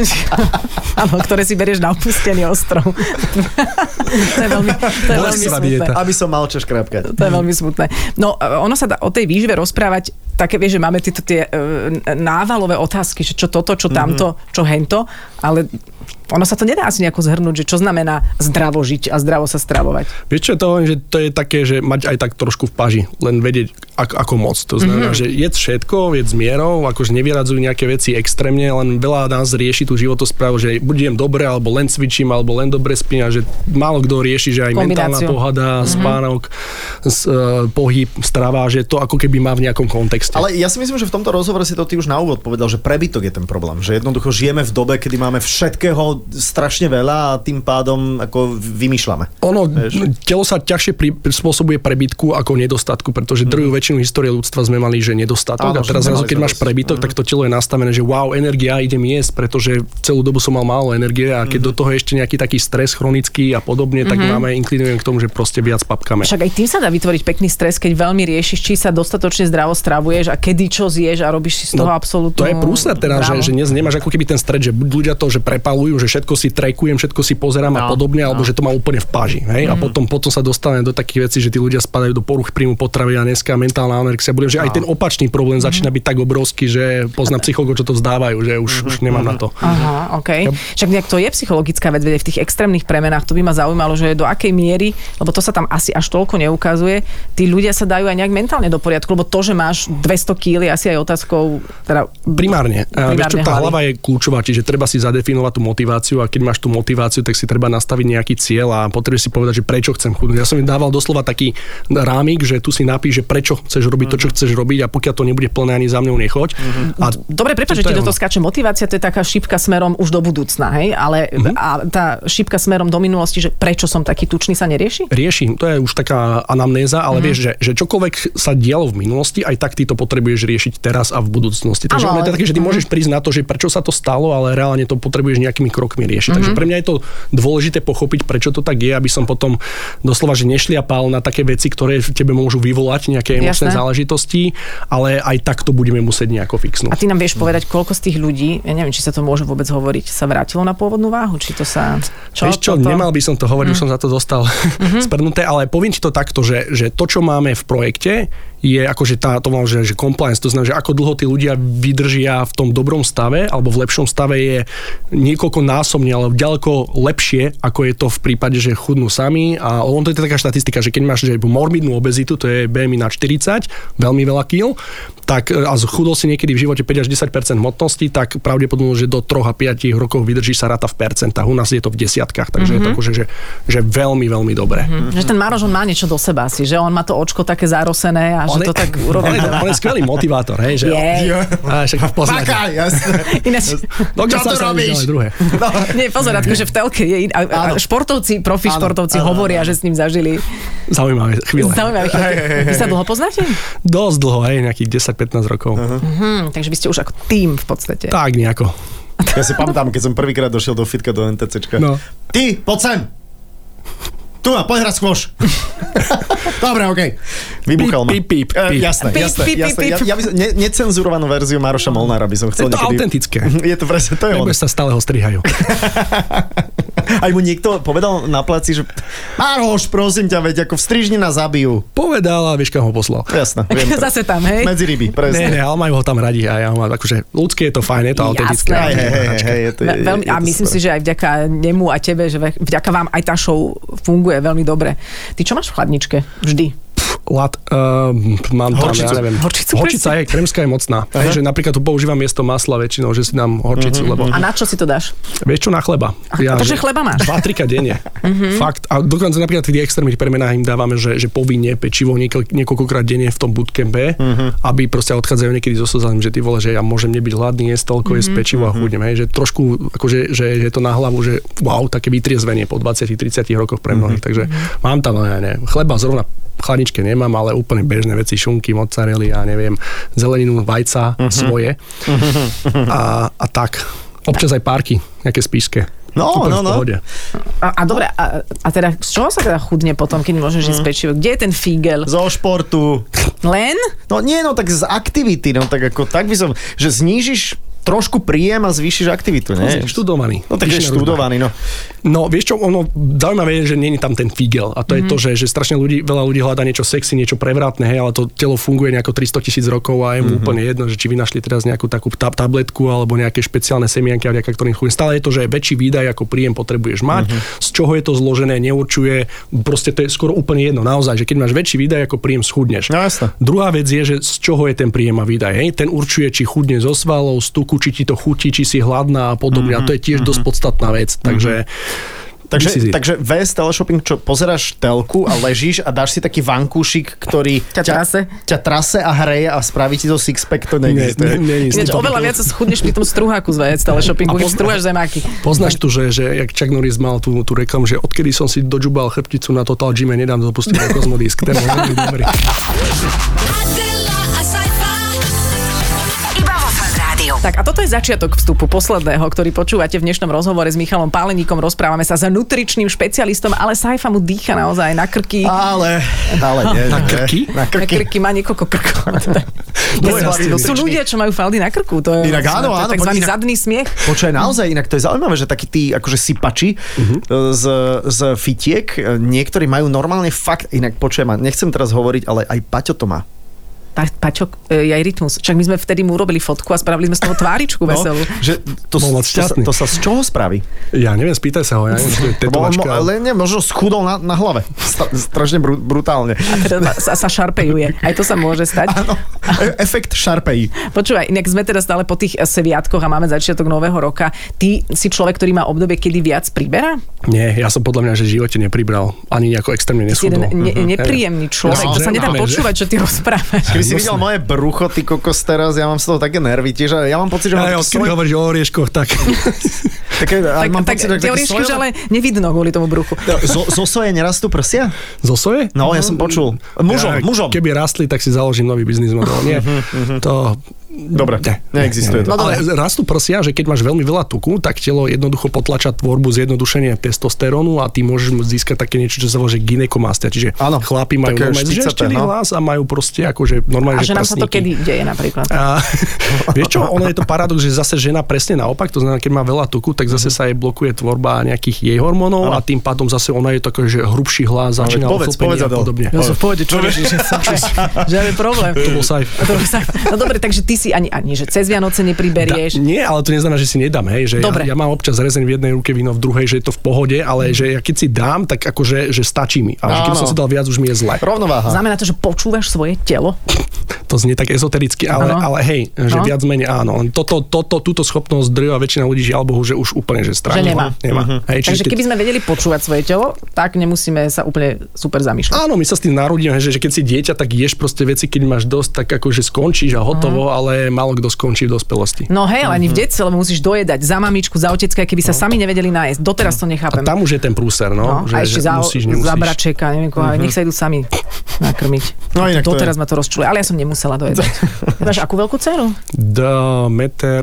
S3: Áno, ktoré si berieš na opustený ostrov. to je veľmi, to je
S4: Bolestivá
S3: veľmi
S4: dieta.
S3: smutné.
S2: Aby som mal čo škrabkať.
S4: Mhm.
S3: To je veľmi smutné. No, e, ono sa dá o tej výžive rozprávať také, vieš, že máme
S4: Mhm.
S3: tieto tie e, návalové otázky, že čo toto, čo tamto, čo hento, ale ono sa to nedá asi nejako zhrnúť, že čo znamená zdravo žiť a zdravo sa stravovať.
S4: Vieš čo, je to, len, že to je také, že mať aj tak trošku v paži, len vedieť ak, ako moc. To znamená, mm-hmm. že jedz všetko, jedz mierou, akože nevyradzujú nejaké veci extrémne, len veľa nás rieši tú životosprávu, že budem dobre, alebo len cvičím, alebo len dobre spím a že málo kto rieši, že aj mentálna
S3: Kombináciu.
S4: pohada, mm-hmm. spánok, s, e, pohyb, strava, že to ako keby má v nejakom kontexte.
S2: Ale ja si myslím, že v tomto rozhovore si to ty už na úvod povedal, že prebytok je ten problém. Že jednoducho žijeme v dobe, kedy máme všetkého strašne veľa a tým pádom ako vymýšľame.
S4: Ono, no,
S2: Vieš?
S4: telo sa ťažšie pri, spôsobuje prebytku ako nedostatku, pretože druhú väčšinu histórie ľudstva sme mali, že nedostatok.
S2: Mhm. Áno,
S4: a teraz
S2: že
S4: zrazu,
S2: nemali
S4: keď
S2: sme Mhm.
S4: máš
S2: dosť.
S4: prebytok, tak to telo je nastavené, že wow, energia, idem jesť, pretože celú dobu som mal málo energie a
S2: Mhm.
S4: keď do toho je ešte nejaký taký stres chronický a podobne, tak máme, inklinujem k tomu, že proste viac papkame.
S3: Však aj tým sa dá vytvoriť pekný stres, keď veľmi riešiš, či sa dostatočne zdravo stravuješ a kedy čo zješ a robíš si z toho no, absolútne.
S4: To je prúsne teraz, že, že dnes nemáš ako keby ten stred, že buď ľudia to, že prepalujú, že všetko si trekujem, všetko si pozerám no, a podobne, no. alebo že to má úplne v páži. Hej? Mm. A potom, potom sa dostane do takých vecí, že tí ľudia spadajú do poruch príjmu potravy a dneska mentálna anorexia. Budem, že aj ten opačný problém mm. začína byť tak obrovský, že poznám psychologov, čo to vzdávajú, že už, mm. už nemám na to.
S3: Aha, OK. Však nejak to je psychologická vec, veď aj v tých extrémnych premenách, to by ma zaujímalo, že do akej miery, lebo to sa tam asi až toľko neukazuje, tí ľudia sa dajú aj nejak mentálne do poriadku, lebo to, že máš 200 kg, je asi aj otázkou, teda
S4: Primárne. A Vieš čo,
S3: Primárne
S4: tá
S3: hlavy.
S4: hlava je kľúčová, čiže treba si zadefinovať tú motiváciu a keď máš tú motiváciu, tak si treba nastaviť nejaký cieľ a potrebuješ si povedať, že prečo chcem chudnúť. Ja som im dával doslova taký rámik, že tu si napíš, že prečo chceš robiť to, čo chceš robiť a pokiaľ to nebude plné, ani za mňou nechoď.
S3: Mhm.
S4: A
S3: Dobre, prepáč, že
S4: To
S3: ti
S4: je
S3: do toho
S4: ono.
S3: skáče motivácia, to je taká šípka smerom už do budúcna, hej? Ale mm-hmm.
S4: Mhm.
S3: a tá šípka smerom do minulosti, že prečo som taký tučný, sa nerieši?
S4: riešim, to je už taká anamnéza,
S3: Mhm.
S4: ale mm. vieš, že, že čokoľvek sa dialo v minulosti, aj tak ty to potrebuješ riešiť teraz a v budúcnosti. Takže
S3: Áno,
S4: ono je
S3: ale- Mhm.
S4: to také, že ty môžeš prísť na to, že prečo sa to stalo, ale reálne to potrebuješ nejakými krokmi riešiť.
S3: Mhm.
S4: Mm-hmm. Takže pre mňa je to dôležité pochopiť, prečo to tak je, aby som potom doslova, že nešliapal na také veci, ktoré v tebe môžu vyvolať nejaké emočné
S3: Jasné.
S4: záležitosti, ale aj tak to budeme musieť nejako fixnúť.
S3: A ty nám vieš povedať, koľko z tých ľudí, ja neviem, či sa to môže vôbec hovoriť, sa vrátilo na pôvodnú váhu, či to sa...
S4: Čo, Vieš čo,
S3: toto?
S4: nemal by som to hovoriť, mm. už som za to dostal mm-hmm. sprnuté, ale poviem ti to takto, že, že to, čo máme v projekte, je akože tá, to mám, že, že compliance, to znamená, že ako dlho tí ľudia vydržia v tom dobrom stave alebo v lepšom stave je niekoľko násobne, alebo ďaleko lepšie, ako je to v prípade, že chudnú sami a on to je taká štatistika, že keď máš že morbidnú obezitu, to je BMI na 40, veľmi veľa kil, tak e, a schudol si niekedy v živote 5 až 10 hmotnosti, tak pravdepodobne, že do 3 a 5 rokov vydrží sa rata v percentách. U nás je to v desiatkách,
S3: Mhm.
S4: takže mm-hmm. je to akože, že, že veľmi, veľmi dobre. Mm-hmm.
S3: Že ten Maroš, on má niečo do seba si, že on má to očko také zarosené a že to tak
S4: on, je,
S3: urobí.
S4: on je skvelý motivátor, hej, že...
S3: Je.
S4: A však poznáte.
S2: Paká, jasne.
S3: Ináč,
S4: Dokiaľ
S2: Čo
S4: sa
S2: tu
S4: sa
S2: robíš?
S4: ďalej druhé.
S3: nie, pozor, Radko, že v telke je in... a, a športovci, profi
S2: Áno,
S3: športovci
S2: áno,
S3: hovoria, že s ním zažili.
S4: Zaujímavé chvíle.
S3: Zaujímavé. chvíľky. Vy sa dlho poznáte?
S4: Dosť dlho, hej, nejakých 10-15 rokov.
S2: Mhm.
S4: Uh-huh.
S3: Hm, takže vy ste už ako tým v podstate.
S4: Tak nejako.
S2: Ja si pamätám, keď som prvýkrát došiel do fitka do NTCčka.
S4: No.
S2: Ty, poď sem! Tu a poď hrať skôš. Dobre, okej. Vybuchal ma.
S4: Píp, píp, píp,
S2: E,
S4: píp.
S2: jasné,
S3: Píp,
S2: jasné,
S3: píp, píp,
S2: jasné. Ja,
S3: píp.
S2: ja by som, ne, necenzurovanú verziu Maroša Molnára by som chcel
S4: Je to
S2: niekedy. Mhm.
S4: autentické.
S2: Je to presne, to je on.
S4: Lebo sa stále ho strihajú.
S2: Aj mu niekto povedal na placi, že Maroš, prosím ťa, veď ako v strižni nás zabijú.
S4: Povedal a vieš, kam ho poslal.
S2: Jasné, viem. to.
S3: Zase tam, hej?
S2: Medzi ryby,
S4: Ne,
S2: presne.
S4: ne, ale majú ho tam radi a ja ho mám, akože ľudské je to fajn, je to
S3: Jasné.
S4: autentické.
S2: Hej, hej, hej, hej, je to, je,
S3: Ve- veľmi,
S2: je
S3: a
S2: to
S3: myslím
S2: super.
S3: si, že aj vďaka nemu a tebe, že ve- vďaka vám aj tá show funguje veľmi dobre. Ty čo máš v chladničke? Vždy.
S4: Lat, uh, mám tam,
S2: Horčicu.
S4: ja neviem.
S3: Horčicu,
S4: horčica je, kremská je mocná. Takže napríklad tu používam miesto masla väčšinou, že si dám horčicu,
S2: Mhm,
S4: lebo
S3: A na čo si to dáš?
S4: vieš čo, na chleba.
S3: takže chleba máš. Mhm.
S4: Dva, trika denne. Fakt. A dokonca napríklad v tých extrémnych premenách im dávame, že, že povinne pečivo niekoľ, niekoľkokrát denne v tom bootcampe, aby proste odchádzajú niekedy so slzami, že ty vole, že ja môžem nebyť hladný, jesť toľko,
S3: Mhm,
S4: jesť pečivo a chudnem. Hej, že trošku, akože, že je to na hlavu, že wow, také vytriezvenie po 20-30 rokoch pre mnohých. Takže mám tam, no ja neviem, chleba zrovna v chladničke nemám, ale úplne bežné veci, šunky, mozzarelli a ja neviem, zeleninu, vajca svoje a, a tak. Mhm. Občas aj párky, nejaké spíske.
S2: No, no,
S4: Úplne v
S2: no.
S4: pohode.
S3: A, a dobre, a, a teda z čoho sa teda chudne potom, keď
S2: Mhm.
S3: môžeš jesť pečivo? Kde je ten fígel?
S2: Zo športu.
S3: Len?
S2: No nie, no tak z aktivity, no tak ako tak by som, že znížiš trošku príjem a zvýšiš aktivitu, nie?
S4: Nie, študovaný.
S2: No tak je
S4: Vyššia hudba.
S2: študovaný, no.
S4: No, vieš čo, ono zaujímavé je, že není tam ten figel. A to mm. je to, že, že strašne ľudí, veľa ľudí hľadá niečo sexy, niečo prevratné, hej, ale to telo funguje nejako 300 tisíc rokov
S2: Mhm.
S4: a je mu mm-hmm. úplne jedno, že či vynašli teraz nejakú takú ta- tabletku alebo nejaké špeciálne semienky, vďaka ktorým chudne. Stále je to, že väčší výdaj ako príjem potrebuješ
S2: Mhm.
S4: mať, mm-hmm. z čoho je to zložené, neurčuje, proste to je skoro úplne jedno. Naozaj, že keď máš väčší výdaj ako príjem, schudneš.
S2: No, jasné.
S4: Druhá vec je, že z čoho je ten príjem a výdaj. Hej? Ten určuje, či chudne zo svalov, z tuku, či ti to chutí, či si hladná a podobne. Mm-hmm. A to je
S2: Mhm.
S4: tiež mm-hmm. dosť podstatná vec. Takže myslí
S2: Takže,
S4: si-
S2: takže VS teleshopping, čo pozeráš telku a ležíš a dáš si taký vankúšik, ktorý
S3: Ťa trase.
S2: ťa trase a hreje a spraví ti to sixpack, to
S4: Nie, nie,
S2: neexistuje.
S4: nie, nie,
S3: Ináč
S4: nie.
S3: oveľa viac sa schudneš pri tom struháku z vec, ale shoppingu, keď strúhaš zemáky.
S4: Poznáš tu, že, že jak Chuck Norris mal tú, tú reklamu, že odkedy som si dožubal chrbticu na Total Gyme, nedám dopustiť na Kozmodisk, ten bol veľmi dobrý.
S5: Adela Asaifa.
S1: Iba vo Fan Rádiu.
S3: Tak a toto je začiatok vstupu posledného, ktorý počúvate v dnešnom rozhovore s Michalom Páleníkom. Rozprávame sa s nutričným špecialistom, ale Saifa mu dýcha naozaj na krky.
S2: Ale, ale nie, nie,
S4: Na
S2: nie.
S4: krky?
S2: Na
S3: Na
S2: krky.
S3: krky má niekoľko krkov.
S4: No, jasne.
S3: Sú ľudia, čo majú faldy na krku. To je,
S2: Inak áno,
S3: to je
S2: áno,
S3: takzvaný
S2: poď inak.
S3: zadný smiech.
S2: Počkaj, naozaj inak to je zaujímavé, že takí tí akože sypači uh-huh. z, z fitiek, eh, niektorí majú normálne fakt, inak počujem, ma, nechcem teraz hovoriť, ale aj Paťo to má.
S3: Pa, pačok, e, aj rytmus. Čak my sme vtedy mu urobili fotku a spravili sme z toho tváričku veselú.
S2: No, že to,
S4: Bol
S2: to,
S4: moc
S2: sa,
S4: šťastný.
S2: to sa z čoho spraví?
S4: Ja neviem, spýtaj sa ho, ja neviem, či to je
S2: Lebo on mo-
S4: tetovačka.
S2: Ale nie, možno schudol na, na hlave. Sta- strašne bru- brutálne.
S3: A teda sa, sa šarpejuje. Aj to sa môže stať.
S2: Áno, e- efekt šarpej.
S3: Počúvaj, inak sme teda stále po tých e, sviatkoch a máme začiatok nového roka. Ty si človek, ktorý má obdobie, kedy viac priberá?
S4: Nie, ja som podľa mňa, že v živote nepribral. Ani nejako extrémne
S3: Si jeden ne-
S4: neschudol.
S3: nepríjemný človek.
S4: Mhm. Ja som
S3: to sa nedá
S4: žena, ale že-
S3: počúvať, čo ty rozprávaš.
S2: Keby si
S4: Nosné.
S2: videl moje brucho, ty kokos teraz, ja mám z toho také nervy tiež, ale ja mám pocit, že mám
S4: Ja, ja,
S2: také
S4: odkedy
S2: svoje...
S4: hovoríš o orieškoch, tak
S2: Také, ale
S3: Tak,
S2: mám
S3: tak
S2: pocit, že
S3: tie
S2: také
S3: oriešky už
S2: svoje-
S3: ale nevidno kvôli tomu bruchu.
S2: Zo, zo soje nerastú prsia?
S4: zo soje?
S2: No, ja som počul. Mužom,
S4: Mm. Ja,
S2: mužom. Mhm,
S4: Keby rastli, tak si založím nový biznis model. Nie, to...
S2: Dobre,
S4: Ne.
S2: neexistuje to.
S4: No, ale rastú prsia, že keď máš veľmi veľa tuku, tak telo jednoducho potlača tvorbu zjednodušenia testosterónu a ty môžeš získať také niečo, čo sa volá že gynekomastia. Čiže
S2: Áno,
S4: chlapi majú
S2: také
S4: normálne
S2: špicaté,
S4: zžeštený
S2: no.
S4: hlas a majú proste akože
S3: A
S4: normálne že
S3: že nám sa to
S4: prsníky.
S3: kedy deje napríklad.
S4: A, vieš čo, ono je to paradox, že zase žena presne naopak, to znamená, keď má veľa tuku, tak
S2: Mhm.
S4: zase sa jej blokuje tvorba nejakých jej hormónov a tým pádom zase ona je taká, že hrubší hlas, začína
S2: povedz, povedz,
S4: ochlpenie a
S2: Adel.
S4: podobne.
S3: Ja som v pohode, čo riešiš? Žiadny problém.
S4: To bol sajf.
S3: To bol sajf. No dobre, takže ty si ani, ani že cez Vianoce nepriberieš.
S4: Da, nie, ale to neznamená, že si nedám, hej, že
S3: Dobre. Mhm.
S4: ja, ja, mám občas rezeň v jednej ruke, víno v druhej, že je to v pohode, ale že ja keď si dám, tak akože že stačí mi. A že keby
S2: Áno.
S4: som si dal viac, už mi je zle.
S2: Rovnováha.
S3: Znamená to, že počúvaš svoje telo?
S4: To znie tak ezotericky, ale,
S3: Áno.
S4: ale hej, že
S3: No.
S4: viac menej áno. Len Toto, toto, túto schopnosť drvá väčšina ľudí, žiaľ Bohu, že už úplne, že strátila.
S3: Že nemá. Mhm.
S4: nemá. Hej, čiže
S3: Takže
S4: keď-
S3: keby sme vedeli počúvať svoje telo, tak nemusíme sa úplne super zamýšľať.
S4: Áno, my sa s tým narodíme, že, že keď si dieťa, tak ješ proste veci, keď máš dosť, tak akože skončíš a hotovo, ale málo kto skončí v
S3: Mhm.
S4: dospelosti.
S3: No hej, ale ani v
S4: Mhm.
S3: detstve, lebo musíš dojedať za mamičku, za otecka, keby sa sami nevedeli nájsť. Doteraz to nechápem.
S4: No. Tam už je ten prúser, no,
S3: No, a
S4: že,
S3: ešte
S4: že
S3: za,
S4: musíš, nemusíš. Mhm.
S3: za bračeka, neviem koho, nech sa idú sami nakrmiť.
S2: No inak to
S3: Doteraz ma to rozčuje, ale ja som nemusela dojedať. Máš akú veľkú dceru?
S4: Do meter,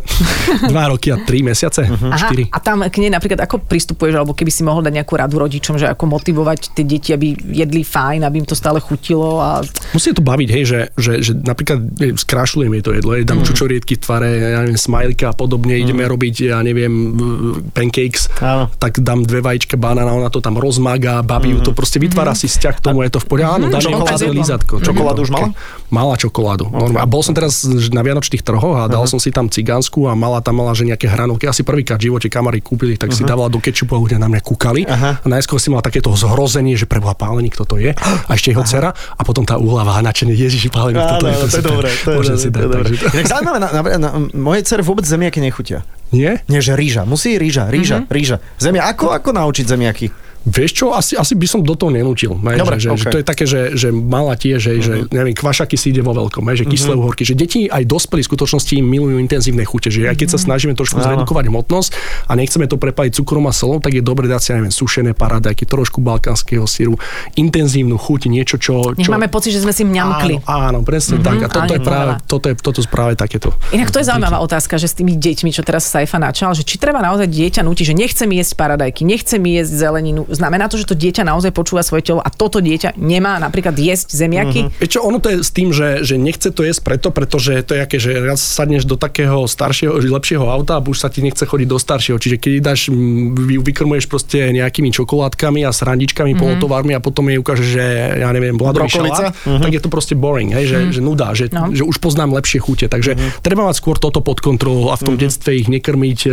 S4: dva roky a tri mesiace,
S2: Mhm.
S4: štyri.
S3: a tam k nej napríklad ako pristupuješ, alebo keby si mohol dať nejakú radu rodičom, že ako motivovať tie deti, aby jedli fajn, aby im to stále chutilo a
S4: Musí to baviť, hej, že, že, že napríklad e, skrašľujem jej to jedlo, hej,
S2: Mhm.
S4: dám čučoriedky v tvare, ja neviem, smajlika a podobne, ideme robiť, ja neviem, mm, pancakes,
S2: Áno.
S4: tak dám dve vajíčka banána, ona to tam rozmaga, baví
S2: Mhm.
S4: ju to, proste vytvára si vzťah k tomu, je to v poriadku. Áno, dám jej
S2: čokoládu? Mhm.
S4: krásne lízatko.
S2: Čokoládu už mala?
S4: Mala čokoládu. normálne. A bol som teraz že na Vianočných trhoch a dal
S2: Mhm.
S4: som si tam cigánsku a mala tam mala, že nejaké hranolky. Asi prvýkrát v živote kamarí kúpili, tak
S2: Mhm.
S4: si dávala do kečupu a ľudia na mňa kúkali. A najskôr si mala takéto zhrozenie, že preboha páleník, kto to je. A ešte jeho dcera. A potom tá úlava, načený Ježiši páleník,
S2: Áno,
S4: toto je.
S2: áno, to je
S4: super.
S2: dobré. To je
S4: Môžem
S2: dobré,
S4: si
S2: to
S4: dať.
S2: je dobré.
S4: takže to-
S2: Inak zaujímavé, na, na, na, moje dcere vôbec zemiaky nechutia.
S4: Nie?
S2: Nie, že ríža. Musí ríža,
S3: Mhm.
S2: ríža, mm-hmm. ríža. Zemia, ako, ako naučiť zemiaky?
S4: Vieš čo, asi, asi by som do toho nenútil. Ne?
S2: Dobre,
S4: že, že,
S2: okej.
S4: že to je také, že, že mala tie, že, že neviem, kvašaky si ide vo veľkom, ne? že kyslé uhorky, že deti aj dospelí v skutočnosti im milujú intenzívne chute, že aj keď sa snažíme trošku zredukovať hmotnosť a nechceme to prepaliť cukrom a solom, tak je dobre dať si, ja neviem, sušené paradajky, trošku balkánskeho síru, intenzívnu chuť, niečo, čo...
S3: nech
S4: čo...
S3: máme pocit, že sme si mňamkli.
S4: Áno, áno, presne tak. A toto
S3: áno,
S4: je, práve,
S3: áno.
S4: toto, je, toto sú práve takéto.
S3: Inak to je zaujímavá otázka, že s tými deťmi, čo teraz sa Saifa načal, že či treba naozaj dieťa nútiť, že nechcem jesť paradajky, nechcem jesť zeleninu. Znamená to, že to dieťa naozaj počúva svoje telo a toto dieťa nemá napríklad jesť zemiaky. Mm-hmm.
S4: Vieš čo, ono to je s tým, že, že nechce to jesť preto, pretože to je aké, že raz sadneš do takého staršieho, že lepšieho auta a už sa ti nechce chodiť do staršieho. Čiže keď jej dáš, mm, vy- vykrmuješ proste nejakými čokoládkami a srandičkami, mm. polotovármi a potom jej ukážeš, že ja neviem, bladový
S2: Brokolica?
S4: šalát, mm-hmm. tak je to proste boring, hej, že, mm. že nuda, že,
S3: No.
S4: no. že už poznám lepšie chute. Takže mm-hmm. treba mať skôr toto pod kontrolou a v tom mm-hmm. detstve ich nekrmiť e,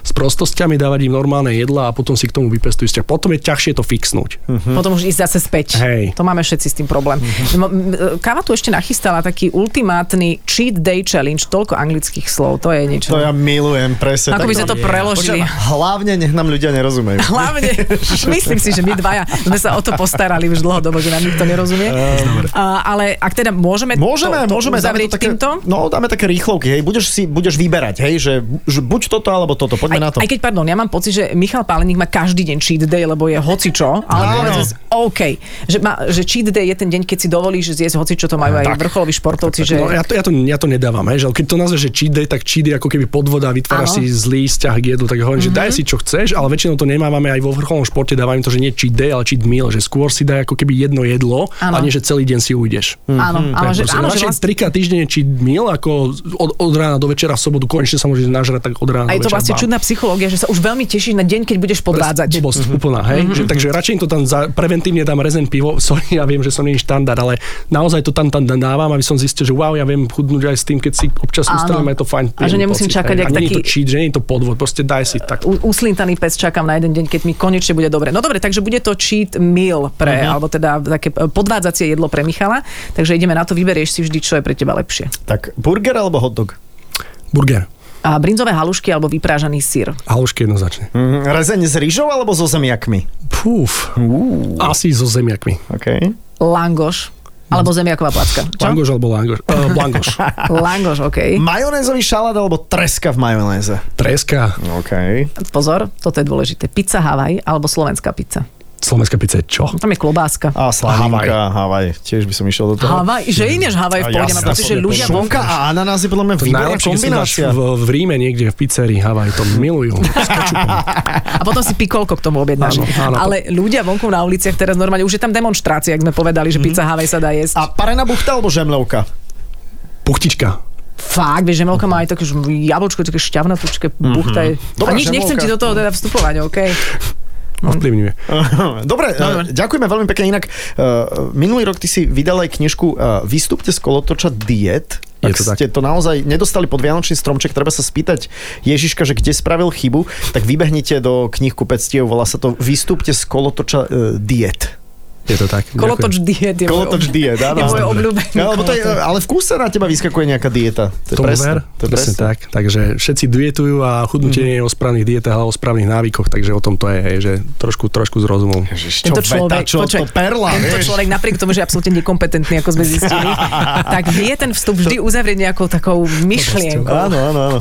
S4: s prostostiami, dávať im normálne jedla a potom si k tomu vypestujú vzťah. Potom je ťažšie to fixnúť.
S2: Mhm,
S3: Potom už ísť zase späť.
S4: Hej.
S3: To máme všetci s tým problém. Mm-hmm. Káva tu ešte nachystala taký ultimátny cheat day challenge, toľko anglických slov, to je niečo.
S2: To ja milujem, presne.
S3: Ako by sme
S2: takto.
S3: to preložili.
S2: Počujem, hlavne nech nám ľudia nerozumejú.
S3: Hlavne, myslím si, že my dvaja sme sa o to postarali už dlhodobo, že nám nikto nerozumie. A, ale ak teda môžeme,
S2: Ehm. Môžeme,
S3: to, to
S2: môžeme. dáme
S3: uzavrieť
S2: to také,
S3: týmto?
S2: No, dáme také rýchlovky, hej. Budeš si, budeš vyberať, hej, že, že buď toto, alebo toto. Poďme na to.
S3: Aj, aj keď, pardon, ja mám pocit, že Michal Páleník má každý deň cheat day, lebo je hocičo, ale
S2: Áno.
S3: povedzme si, OK. Že, má, že cheat day je ten deň, keď si dovolíš zjesť hocičo, to majú aj
S2: Tak.
S3: vrcholoví športovci, že...
S4: No, ja, to, ja, to, ja to nedávam, hej, že ale keď to nazveš, že cheat day, tak cheat je ako keby podvoda, vytváraš
S3: Áno. Mhm.
S4: si zlý vzťah k jedlu, tak hovorím, mm-hmm. že daj si čo chceš, ale väčšinou to nemávame aj vo vrcholnom športe, dávame to, že nie cheat day, ale cheat meal, že skôr si daj ako keby jedno jedlo
S3: Áno.
S4: a nie, že celý deň si ujdeš.
S3: Áno,
S2: Mhm,
S3: áno, že,
S2: no,
S3: áno, že
S4: vlastne...
S3: vlastne,
S4: trikrát týždenne či meal, ako od, od rána do večera v sobotu, konečne sa môžeš nažrať tak od rána
S3: a je
S4: do
S3: to
S4: večera.
S3: vlastne
S4: bam.
S3: čudná psychológia, že sa už veľmi tešíš na deň, keď budeš podvádzať.
S4: Blbosť úplná, hej?
S3: Mhm.
S4: Že, takže radšej im to tam za, preventívne dám rezen pivo. Sorry, ja viem, že som nie štandard, ale naozaj to tam, tam dávam, aby som zistil, že wow, ja viem chudnúť aj s tým, keď si občas
S3: Áno.
S4: ustrelím, je to fajn.
S3: A že
S4: príjemný
S3: nemusím
S4: pocit,
S3: čakať,
S4: hej.
S3: jak
S4: A nie je to
S3: taký-
S4: cheat, že nie je to podvod, proste daj si tak.
S3: u- uslintaný pes čakám na jeden deň, keď mi konečne bude dobre. No dobre, takže bude to cheat meal
S2: Mhm.
S3: pre, uh-huh. alebo teda také e, podvádzacie jedlo pre Michala, takže ideme na to, vyberieš si vždy, čo je pre teba lepšie.
S2: Tak burger alebo hotdog?
S4: Burger.
S3: A brinzové halušky alebo vyprážaný sír.
S4: Halušky jednoznačne.
S3: Hm.
S2: Mm, rezeň s rýžou alebo so zemiakmi?
S4: Púf. Asi so zemiakmi.
S2: OK.
S3: Langoš
S2: No.
S3: alebo zemiaková placka. Čo?
S4: Langoš alebo langoš. Uh, blangoš.
S3: Langoš, OK.
S2: Majonézový šalát alebo treska v majonéze?
S4: Treska.
S2: OK.
S3: Pozor, toto je dôležité. Pizza Havaj alebo slovenská pizza.
S4: Slovenská pizza je čo?
S3: Tam je klobáska.
S2: A slaninka, Havaj. Tiež by som išiel do toho.
S3: Havaj, že inéž
S2: A
S3: Havaj pôjde, mám
S2: jasné,
S3: pocit, že
S2: podľa-
S3: ľudia...
S2: Šunka a ananás je podľa mňa výborná
S4: Najlepšie, keď si to dáš
S2: kombinácia.
S4: v, v Ríme niekde, v pizzerii Havaj, to milujú. S kečupom.
S3: A potom si pikolko k tomu objednáš.
S4: Áno, áno.
S3: Ale ľudia vonku na uliciach teraz normálne, už je tam demonstrácia, ak sme povedali, že pizza Havaj sa
S2: Mhm.
S3: dá
S2: A
S3: jesť. A
S2: parená buchta alebo žemľovka?
S4: Puchtička.
S3: fakt, vieš, žemelka má aj také že jablčko, také šťavnatúčke,
S2: Mhm.
S3: buchta je.
S2: Dobrá
S3: A nič,
S2: žemlovka.
S3: nechcem ti do toho teda vstupovať, OK? Mhm.
S4: Ovplyvňuje.
S2: Dobre,
S3: Dobre.
S2: Dobre. ďakujeme veľmi pekne. Inak eh, minulý rok ty si vydal aj knižku eh, Vystúpte z kolotoča diet.
S4: Je
S2: Ak
S4: to tak.
S2: ste to naozaj nedostali pod Vianočný stromček, treba sa spýtať Ježiška, že kde spravil chybu, tak vybehnite do knihku pectiev, volá sa to Vystúpte z kolotoča eh, diet.
S4: Je to tak.
S3: Kolotoč diet je môj
S2: Kolotoč
S3: ob-
S2: diet, áno.
S3: je moje
S2: Dobre.
S3: obľúbené.
S2: Ja, lebo no, to je, ale v kúse na teba vyskakuje nejaká dieta. To je
S4: To
S2: presne.
S4: ver,
S2: To je presne. Mhm.
S4: tak. Takže všetci dietujú a chudnutie nie je o správnych dietách, ale o správnych návykoch, takže o tom to je, hej, že trošku, trošku s rozumom.
S2: Čo
S3: Tento
S2: veta,
S3: človek,
S2: čo
S3: počkaj,
S2: to perla,
S3: tento
S2: vieš?
S3: človek napriek tomu, že je absolútne nekompetentný, ako sme zistili, tak vie ten vstup vždy uzavrieť nejakou takou myšlienkou.
S2: Áno, áno, áno.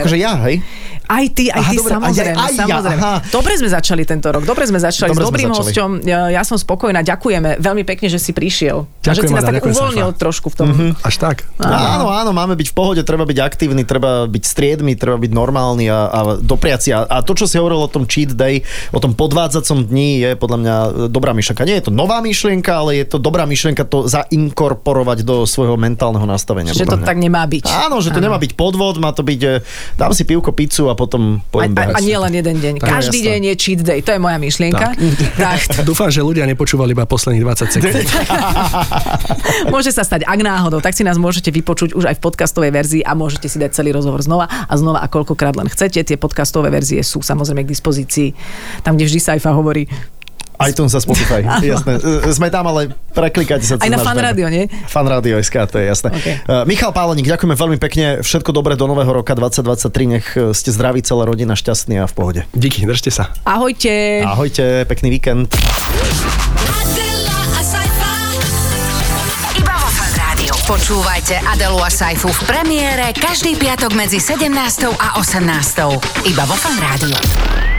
S2: A, akože ja, hej?
S3: Aj ty, aj
S2: Aha,
S3: ty,
S2: dobre, aj ja,
S3: samozrejme.
S2: aj ja,
S3: samozrejme.
S2: aha.
S3: Dobre sme začali tento rok, dobre sme
S2: Dobre
S3: začali s
S2: sme
S3: dobrým
S2: začali.
S3: hosťom. Ja, ja som spokojná, ďakujeme veľmi pekne, že si prišiel. a že
S4: Ďakujem,
S3: si nás
S4: Ada,
S3: tak
S4: ďakujem,
S3: uvoľnil
S4: Saša.
S3: trošku v tom.
S2: Mhm.
S3: Mm-hmm.
S4: Až tak.
S2: Áno, áno, máme byť v pohode, treba byť aktívny, treba byť striedmy, treba byť normálny a, a dopriaci. A, a to, čo si hovoril o tom cheat day, o tom podvádzacom dni, je podľa mňa e, dobrá myšlienka. Nie je to nová myšlienka, ale je to dobrá myšlienka to zainkorporovať do svojho mentálneho nastavenia.
S3: Že
S2: podľa
S3: to
S2: mňa.
S3: tak nemá byť.
S2: Áno, že to nemá byť podvod, má to byť, e, dám si pivko, pizzu a potom
S3: A,
S2: pojem
S3: a, a nie len jeden deň.
S2: Tak,
S3: Každý
S2: jasné.
S3: deň je cheat day, to je moja myšlienka. Tak.
S4: Dúfam, že ľudia nepočúvali iba posledných 20 sekúnd.
S3: Môže sa stať, ak náhodou, tak si nás môžete vypočuť už aj v podcastovej verzii a môžete si dať celý rozhovor znova a znova a koľkokrát len chcete. Tie podcastové verzie sú samozrejme k dispozícii tam, kde vždy Saifa hovorí.
S2: iTunes a Spotify, jasné. E, Sme tam, ale preklikajte sa.
S3: Aj
S2: cez
S3: na
S2: náš
S3: fan
S2: web.
S3: rádio, nie?
S2: Fan Rádio SK, to je jasné.
S3: OK.
S2: Okay. Michal Páleník, ďakujeme veľmi pekne. Všetko dobré do nového roka 2023. Nech eh, ste zdraví, celá rodina šťastní a v pohode.
S4: Díky, držte sa.
S3: Ahojte.
S2: Ahojte, pekný víkend.
S5: Adela, a sci-fi.
S1: Iba vo Fan Rádiu. Počúvajte Adelu a Saifu v premiére každý piatok medzi 17. a 18. Iba vo Fan Rádiu.